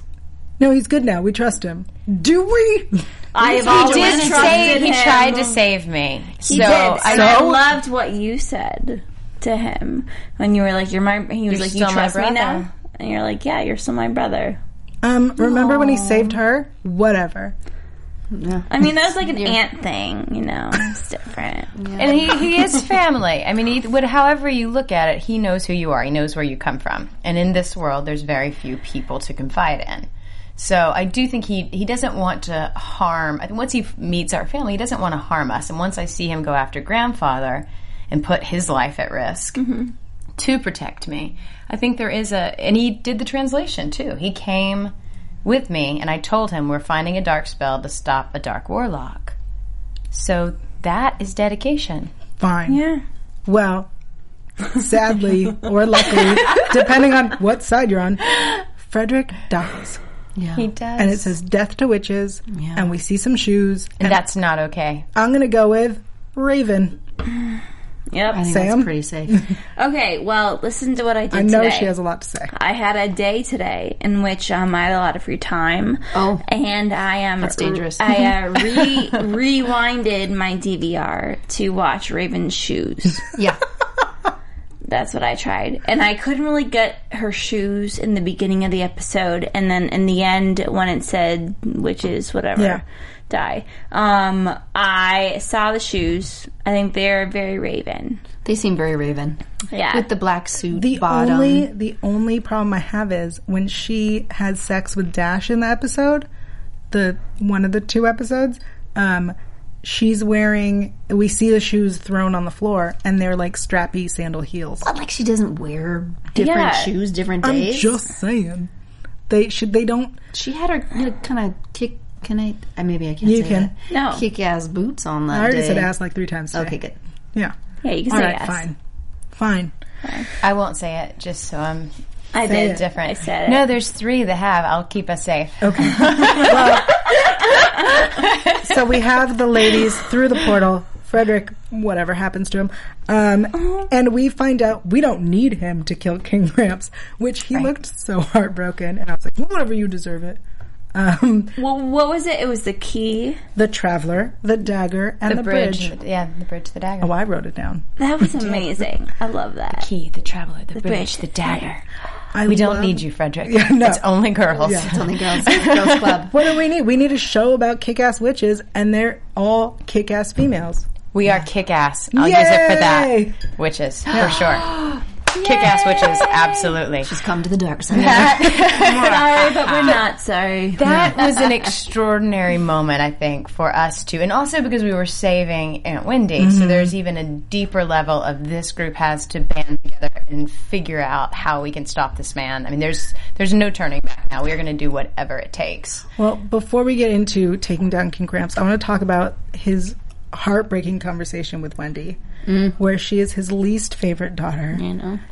S2: No, he's good now. We trust him. Do we?
S3: I have
S4: He
S3: always
S4: did
S3: trusted
S4: say he
S3: him.
S4: tried to save me. so
S3: He did.
S4: I
S3: and I
S2: So?
S3: loved what you said to him when you were like, "You're my." He was like, "You
S4: still my
S3: trust me
S4: brother."
S3: now," and you're like, "Yeah, you're still my brother."
S2: Um, remember when he saved her? Whatever.
S3: I mean, that was like an aunt thing, you know. It's different.
S4: And he, he is family. I mean, he would, however you look at it, he knows who you are. He knows where you come from. And in this world, there's very few people to confide in. So I do think he he doesn't want to harm. I think once he f- meets our family, he doesn't want to harm us. And once I see him go after grandfather and put his life at risk to protect me, I think there is a. And he did the translation too. He came with me, and I told him we're finding a dark spell to stop a dark warlock. So that is dedication.
S2: Fine.
S3: Yeah.
S2: Well, sadly or luckily, depending on what side you're on, Frederick dies.
S4: He does.
S2: And it says death to witches, and we see some shoes. And
S4: That's not okay.
S2: I'm going to go with Raven.
S5: I
S3: Yep.
S5: think
S2: Sam?
S5: that's pretty safe.
S3: Okay. Well, listen to what I did.
S2: I know
S3: today.
S2: she has a lot to say.
S3: I had a day today in which um, I had a lot of free time.
S5: Oh.
S3: and I Um,
S5: That's dangerous.
S3: I uh, re- rewinded my DVR to watch Raven's shoes.
S5: yeah,
S3: That's what I tried, and I couldn't really get her shoes in the beginning of the episode, and then in the end when it said witches whatever
S2: Yeah.
S3: die. Um, I saw the shoes. I think they're very Raven.
S5: they seem very Raven
S3: Yeah,
S5: with the black suit
S2: The
S5: bottom.
S2: only the only problem I have is when she had sex with Dash in the episode, the one of the two episodes, um, she's wearing we see the shoes thrown on the floor and they're like strappy sandal heels.
S5: Not like she doesn't wear different
S3: Yeah.
S5: shoes, different
S2: I'm
S5: days.
S2: just saying. They should they don't
S5: she had her kind of kick. Can I? I maybe I can't.
S2: You
S5: say
S2: can.
S5: That.
S3: No.
S5: kick ass boots on that
S2: I already
S5: day.
S2: said ass like three times. Today.
S5: Okay, good.
S2: Yeah.
S3: yeah, you can
S2: All
S3: say
S2: right,
S3: yes.
S2: fine. Fine.
S4: I won't say it just so I'm
S3: I did.
S4: different.
S3: I said it.
S4: No, there's three that have. I'll keep us safe.
S2: So we have the ladies through the portal. Frederick, whatever happens to him.
S4: Uh-huh.
S2: Um, and we find out we don't need him to kill King Gramps, which he looked so heartbroken. And I was like, whatever, you deserve it. Um,
S3: Well, what was it? It was the key.
S2: the Traveler, the Dagger, and the, Bridge.
S4: Yeah, the bridge, the dagger.
S2: Oh, I wrote it down.
S3: That was amazing. I love that.
S4: Key, the traveler, the,
S3: bridge,
S4: bridge,
S3: the
S4: the dagger.
S2: I
S4: We don't
S2: love-
S4: need you, Frederick.
S2: Yeah, no.
S4: It's only girls.
S2: Yeah.
S5: It's only girls, girls club.
S2: What do we need? We need a show about kick-ass witches, and they're all kick-ass females.
S4: We are kick ass. I'll use it for
S2: Yay!
S4: that. Witches, for sure. kick ass witches, absolutely.
S5: She's come to the dark side.
S3: sorry, but we're not sorry.
S4: That was an extraordinary moment, I think, for us too. And also because we were saving Aunt Wendy. So there's even a deeper level of this group has to band together and figure out how we can stop this man. I mean, there's there's no turning back now. We are going to do whatever it takes.
S2: Well, before we get into taking down King Gramps, I want to talk about his heartbreaking conversation with Wendy, where she is his least favorite daughter,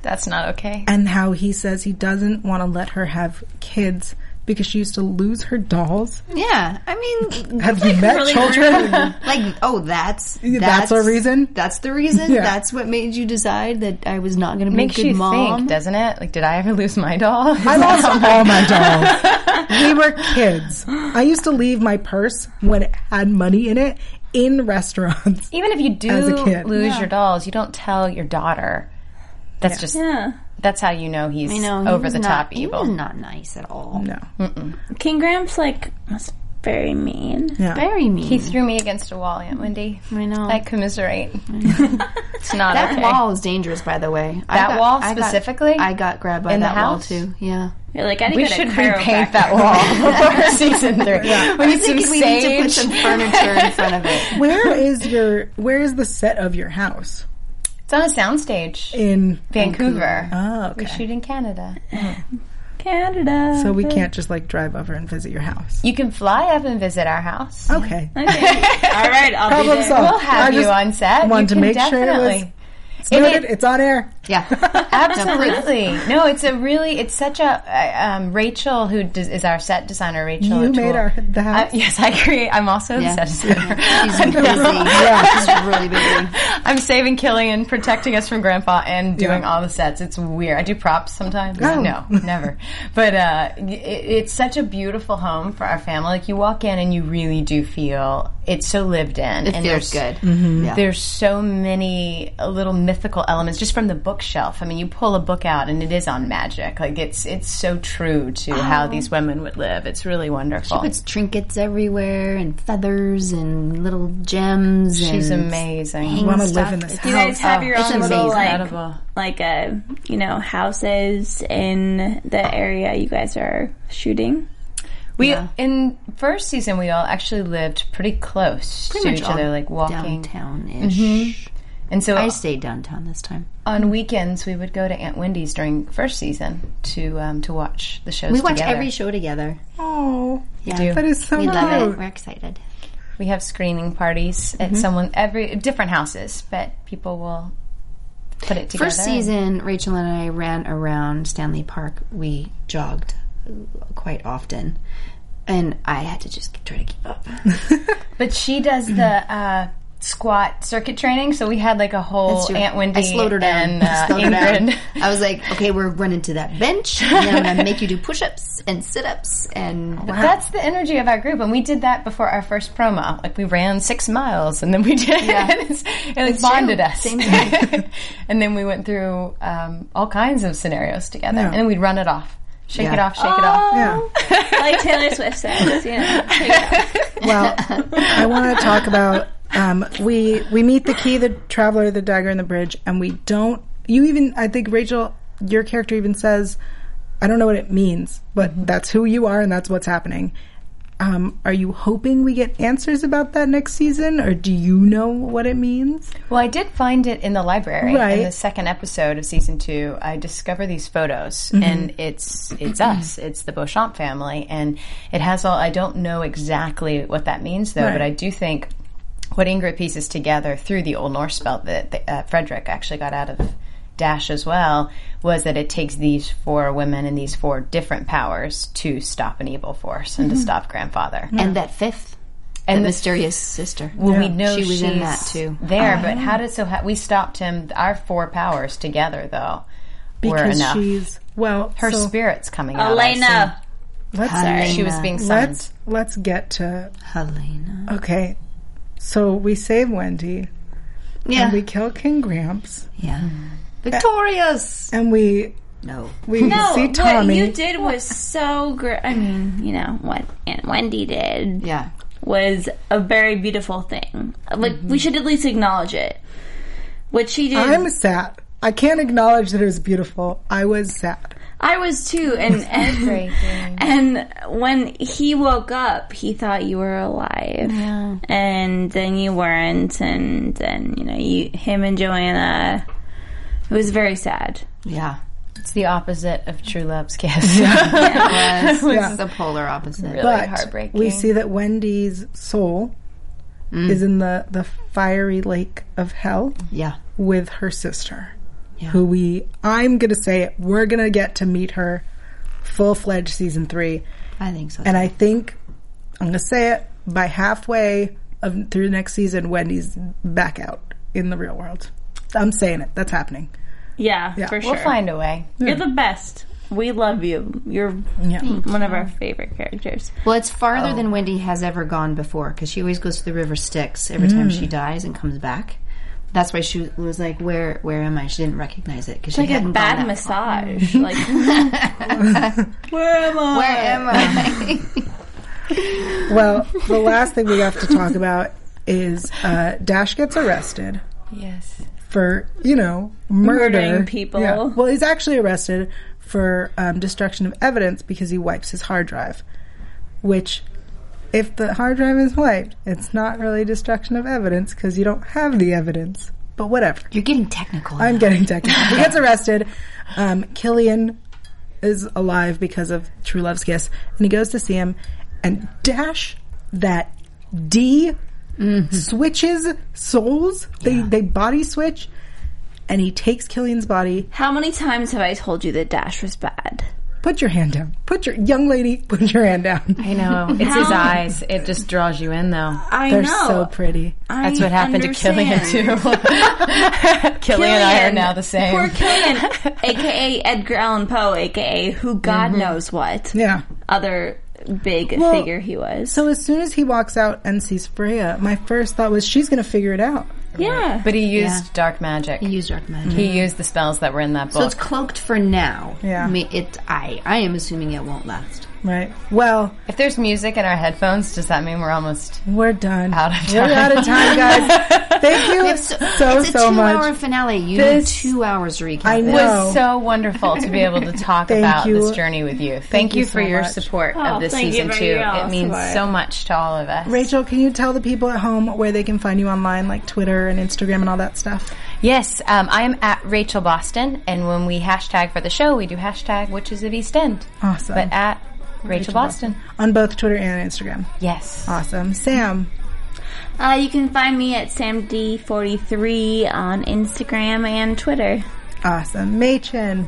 S4: That's not okay.
S2: and how he says he doesn't want to let her have kids because she used to lose her dolls.
S5: Yeah, I mean,
S2: Have you met children?
S5: like, oh, that's
S2: that's a reason?
S5: That's the reason.
S2: Yeah.
S5: That's what made you decide that I was not going to be
S4: Makes
S5: a good
S4: you
S5: mom.
S4: think, doesn't it? Like, did I ever lose my doll?
S2: I lost all my dolls. we were kids. I used to leave my purse when it had money in it in restaurants.
S4: even if you
S2: As
S4: do
S2: a kid.
S4: lose your dolls, you don't tell your daughter. That's just
S3: Yeah.
S4: that's how you know he's
S5: You know, he
S4: over
S5: was
S4: the
S5: not-
S4: top
S5: he
S4: evil.
S5: was not nice at all.
S2: No.
S3: King Gramps like was very mean.
S2: Yeah.
S5: Bury me.
S4: He threw me against a wall, Aunt Wendy.
S5: I know.
S4: I commiserate. it's not
S5: that
S4: okay.
S5: wall is dangerous, by the way. I
S4: That wall
S5: I
S4: specifically?
S5: I got grabbed by
S4: In the
S5: that wall
S4: house?
S5: too. Yeah.
S3: You're like, I need
S4: We
S3: to go
S4: should
S3: to chiropractor.
S4: repaint that wall before season three. We need some
S5: we need to put
S4: sage.
S5: some furniture in front of it.
S2: Where is your Where is the set of your house
S4: It's on a soundstage.
S2: in?
S4: Vancouver.
S2: Oh,
S4: We
S2: okay.
S4: shoot in Canada.
S3: Canada.
S2: So we can't just like drive over and visit your house.
S4: You can fly up and visit our house.
S2: Okay.
S3: Okay. All right, I'll be
S2: Problem
S3: there.
S2: solved.
S4: We'll have
S2: Oh, I
S4: you
S2: just
S4: on set.
S2: wanted
S4: you
S2: to
S4: can
S2: make sure it was-
S4: definitely.
S2: It's noted.
S4: it-
S2: it's on air.
S5: Yeah.
S4: Absolutely. No, it's a really, it's such a, I- um, Rachel, who does, is our set designer, Rachel.
S2: You made
S4: O'Toole.
S2: our the
S4: Uh,
S2: house.
S4: yes, I create. I'm also
S5: Yeah.
S4: the set designer.
S5: She's busy. Yeah. She's really busy.
S4: I'm saving Killian, protecting us from Grandpa, and doing
S2: Yeah.
S4: all the sets. It's weird. I do props sometimes.
S2: Oh.
S4: No, never. But uh, it, it's such a beautiful home for our family. Like you walk in and you really do feel it's so lived in.
S5: It Mm-hmm.
S4: and
S5: feels
S4: there's-
S5: good. Yeah.
S4: There's so many uh, little mythical elements just from the bookshelf. I mean, you pull a book out and it is on magic. Like it's it's so true to how these women would live. It's really wonderful.
S5: Oh. Puts trinkets everywhere and feathers and little gems.
S4: She's
S5: and
S4: amazing.
S5: hanging
S2: Want to live
S5: stuff.
S2: in this
S3: You
S2: house?
S3: guys have your
S5: it's
S3: own little
S5: amazing.
S3: like,
S4: Incredible.
S3: like a you know houses in the area you guys are shooting.
S4: We in first season we all actually lived pretty close
S5: Pretty
S4: to
S5: much
S4: each
S5: all
S4: other, like walking.
S5: downtown ish.
S4: And so
S5: I stayed downtown this time.
S4: on weekends we would go to Aunt Wendy's during first season to um, to watch the shows.
S5: We watch
S4: together.
S5: every show together.
S2: Oh,
S5: Yeah.
S4: do.
S2: that is so
S5: We
S2: cute.
S5: love it. We're excited.
S4: We have screening parties
S5: Mm-hmm.
S4: at someone every different houses, but people will put it together.
S5: First season, Rachel and I ran around Stanley Park. We jogged quite often, and I had to just try to keep up.
S4: but she does the uh, squat circuit training, so we had like a whole
S5: That's true.
S4: Aunt Wendy
S5: I slowed her down.
S4: and uh,
S5: slowed her down.
S4: Ingrid.
S5: I was like, okay, we're running to that bench, and then I'm going to make you do push-ups and sit-ups and
S4: That's the energy of our group, and we did that before our first promo. Like we ran six miles, and then we did,
S5: Yeah.
S4: and it's- and it
S5: It's
S4: bonded
S5: true.
S4: us.
S5: Same thing.
S4: and then we went through um, all kinds of scenarios together,
S2: Yeah.
S4: and then we'd run it off, shake it
S5: Yeah.
S4: off, shake it off.
S2: Yeah.
S3: like Taylor Swift says, you know.
S2: Well, I want to talk about um, we we meet the key, the traveler, the dagger, and the bridge, and we don't. You even I think Rachel, your character even says, I don't know what it means, but that's who you are, and that's what's happening. Um, are you hoping we get answers about that next season, or do you know what it means?
S4: Well, I did find it in the library in
S2: Right.
S4: the second episode of season two. I discover these photos,
S2: Mm-hmm.
S4: and it's it's us, it's the Beauchamp family, and it has all. I don't know exactly what that means though, but
S2: Right.
S4: I do think what Ingrid pieces together through the Old Norse spell that that, uh, Frederick actually got out of Dash as well was that it takes these four women and these four different powers to stop an evil force
S2: Mm-hmm.
S4: and to stop Grandfather.
S5: and that fifth, and
S4: And the-
S5: the mysterious sister.
S4: Well, we know
S5: she was in that
S4: she's
S5: too.
S4: There,
S3: Oh,
S4: but how did so? How, we stopped him. Our four powers together, though, were
S2: Because
S4: enough.
S2: she's well.
S4: Her
S2: so
S4: spirit's coming out. I
S3: Elena.
S2: let's
S4: see. She was being summoned.
S2: let's let's get to
S5: uh, Helena.
S2: okay. So we save Wendy,
S5: Yeah,
S2: and we kill King Gramps,
S5: yeah. Victorious.
S2: and we
S5: Hmm. No.
S2: we
S3: No,
S2: see
S3: what
S2: Tommy.
S3: you did was so great. I mean, you know what Aunt Wendy did
S5: Yeah.
S3: was a very beautiful thing. Like we should at least acknowledge it. What she did,
S2: I'm sad. I can't acknowledge that it was beautiful. I was sad.
S3: I was too, and and, and when he woke up, he thought you were alive, and then you weren't, and then you know you, him and Joanna. It was very sad.
S5: Yeah.
S4: It's the opposite of true love's kiss.
S5: It was
S2: Yeah.
S5: the polar opposite.
S4: really
S2: But
S4: heartbreaking.
S2: we see that Wendy's soul is in the, the fiery lake of hell
S5: Yeah.
S2: with her sister,
S5: Yeah.
S2: who we, I'm going to say it, we're going to get to meet her full fledged season three.
S5: I think so.
S2: And I think, I'm going to say it, by halfway of through next season, Wendy's back out in the real world. I'm saying it. That's happening.
S3: Yeah, for sure.
S4: we'll find a way.
S3: You're the best. We love you. You're one of our favorite characters.
S5: Well, it's
S2: Oh.
S5: farther than Wendy has ever gone before because she always goes to the River Styx every time
S2: Mm.
S5: she dies and comes back. That's why she was like, "Where, where am I?" She didn't recognize it because she
S3: Like a
S5: hadn't
S3: bad
S5: gone that far.
S3: massage. Like, where am I?
S5: Where am I?
S2: Well, the last thing we have to talk about is uh, Dash gets arrested
S4: Yes.
S2: for you know murder.
S3: Murdering people.
S2: Yeah. Well, he's actually arrested for um, destruction of evidence because he wipes his hard drive, which. If the hard drive is wiped, it's not really destruction of evidence because you don't have the evidence. But whatever.
S5: You're getting technical.
S2: I'm getting technical. He gets arrested. Um, Killian is alive because of True Love's kiss, and he goes to see him. And dash that D
S4: Mm-hmm.
S2: switches souls. They they body switch, and he takes Killian's body.
S3: How many times have I told you that Dash was bad?
S2: Put your hand down. Put your young lady. Put your hand down.
S4: I know. It's his eyes. It just draws you in, though.
S3: I
S2: They're
S3: know.
S2: so pretty.
S4: That's what happened to Killian, too. Killian, and I are now the same.
S3: Poor Killian, aka Edgar Allan Poe, aka who God knows what
S2: Mm-hmm. Yeah.
S3: other big
S2: Well,
S3: figure he was.
S2: So as soon as he walks out and sees Freya, my first thought was she's going to figure it out.
S3: yeah,
S4: But he used dark magic.
S5: Use dark magic.
S2: Mm-hmm.
S4: He used the spells that were in that
S5: So it's
S4: book.
S5: cloaked for now.
S2: Yeah.
S5: I mean, it. I. I am assuming it won't last.
S2: Right. Well,
S4: if there's music in our headphones, does that mean we're almost
S2: We're done.
S4: Out of
S2: We're
S4: time.
S2: out of time, guys. Thank you so so,
S5: it's a two-hour
S2: much.
S5: finale. You
S2: This-
S5: need two hours to recap.
S2: I
S5: this.
S2: know.
S4: was so wonderful to be able to talk
S2: Thank
S4: about
S2: you.
S4: this journey with you. Thank, you,
S2: you
S4: for
S2: so
S4: your
S2: much.
S4: support
S3: Oh,
S4: of this
S3: thank you
S4: season
S3: for
S4: too.
S3: your
S4: It means
S3: support.
S4: so much to all of us.
S2: Rachel, can you tell the people at home where they can find you online, like Twitter and Instagram and all that stuff?
S4: Yes, um, I am at Rachel Boston, and when we hashtag for the show, we do hashtag Witches of East End.
S2: Awesome.
S4: But at Rachel, Boston.
S2: On both Twitter and Instagram.
S4: Yes.
S2: Awesome. Sam,
S3: uh, you can find me at samd43 on Instagram and Twitter.
S2: awesome. Machen,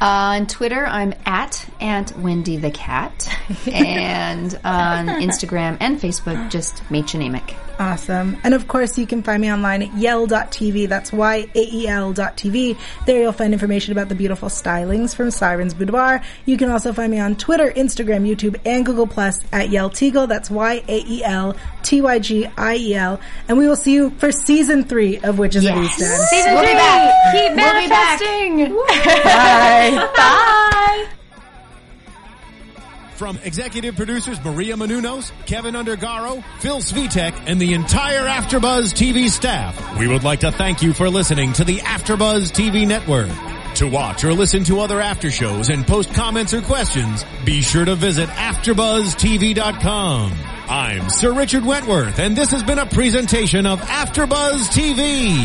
S5: Uh, On Twitter, I'm at Aunt Wendy the Cat, and on Instagram and Facebook, just Machinamic.
S2: awesome. And of course, you can find me online at yell.tv. That's Y-A-E-L dot TV. There you'll find information about the beautiful stylings from Sirens Boudoir. You can also find me on Twitter, Instagram, YouTube, and Google Plus at Yell Teagle. That's Y-A-E-L T Y G I E L. And we will see you for season three of Witches of East End.
S5: Season we'll be back. Keep we'll be back.
S1: From executive producers Maria Manunos, Kevin Undergaro, Phil Svitek, and the entire Afterbuzz TV staff, we would like to thank you for listening to the Afterbuzz TV network. To watch or listen to other after shows and post comments or questions, be sure to visit AfterbuzzTV.com. I'm Sir Richard Wentworth, and this has been a presentation of Afterbuzz TV.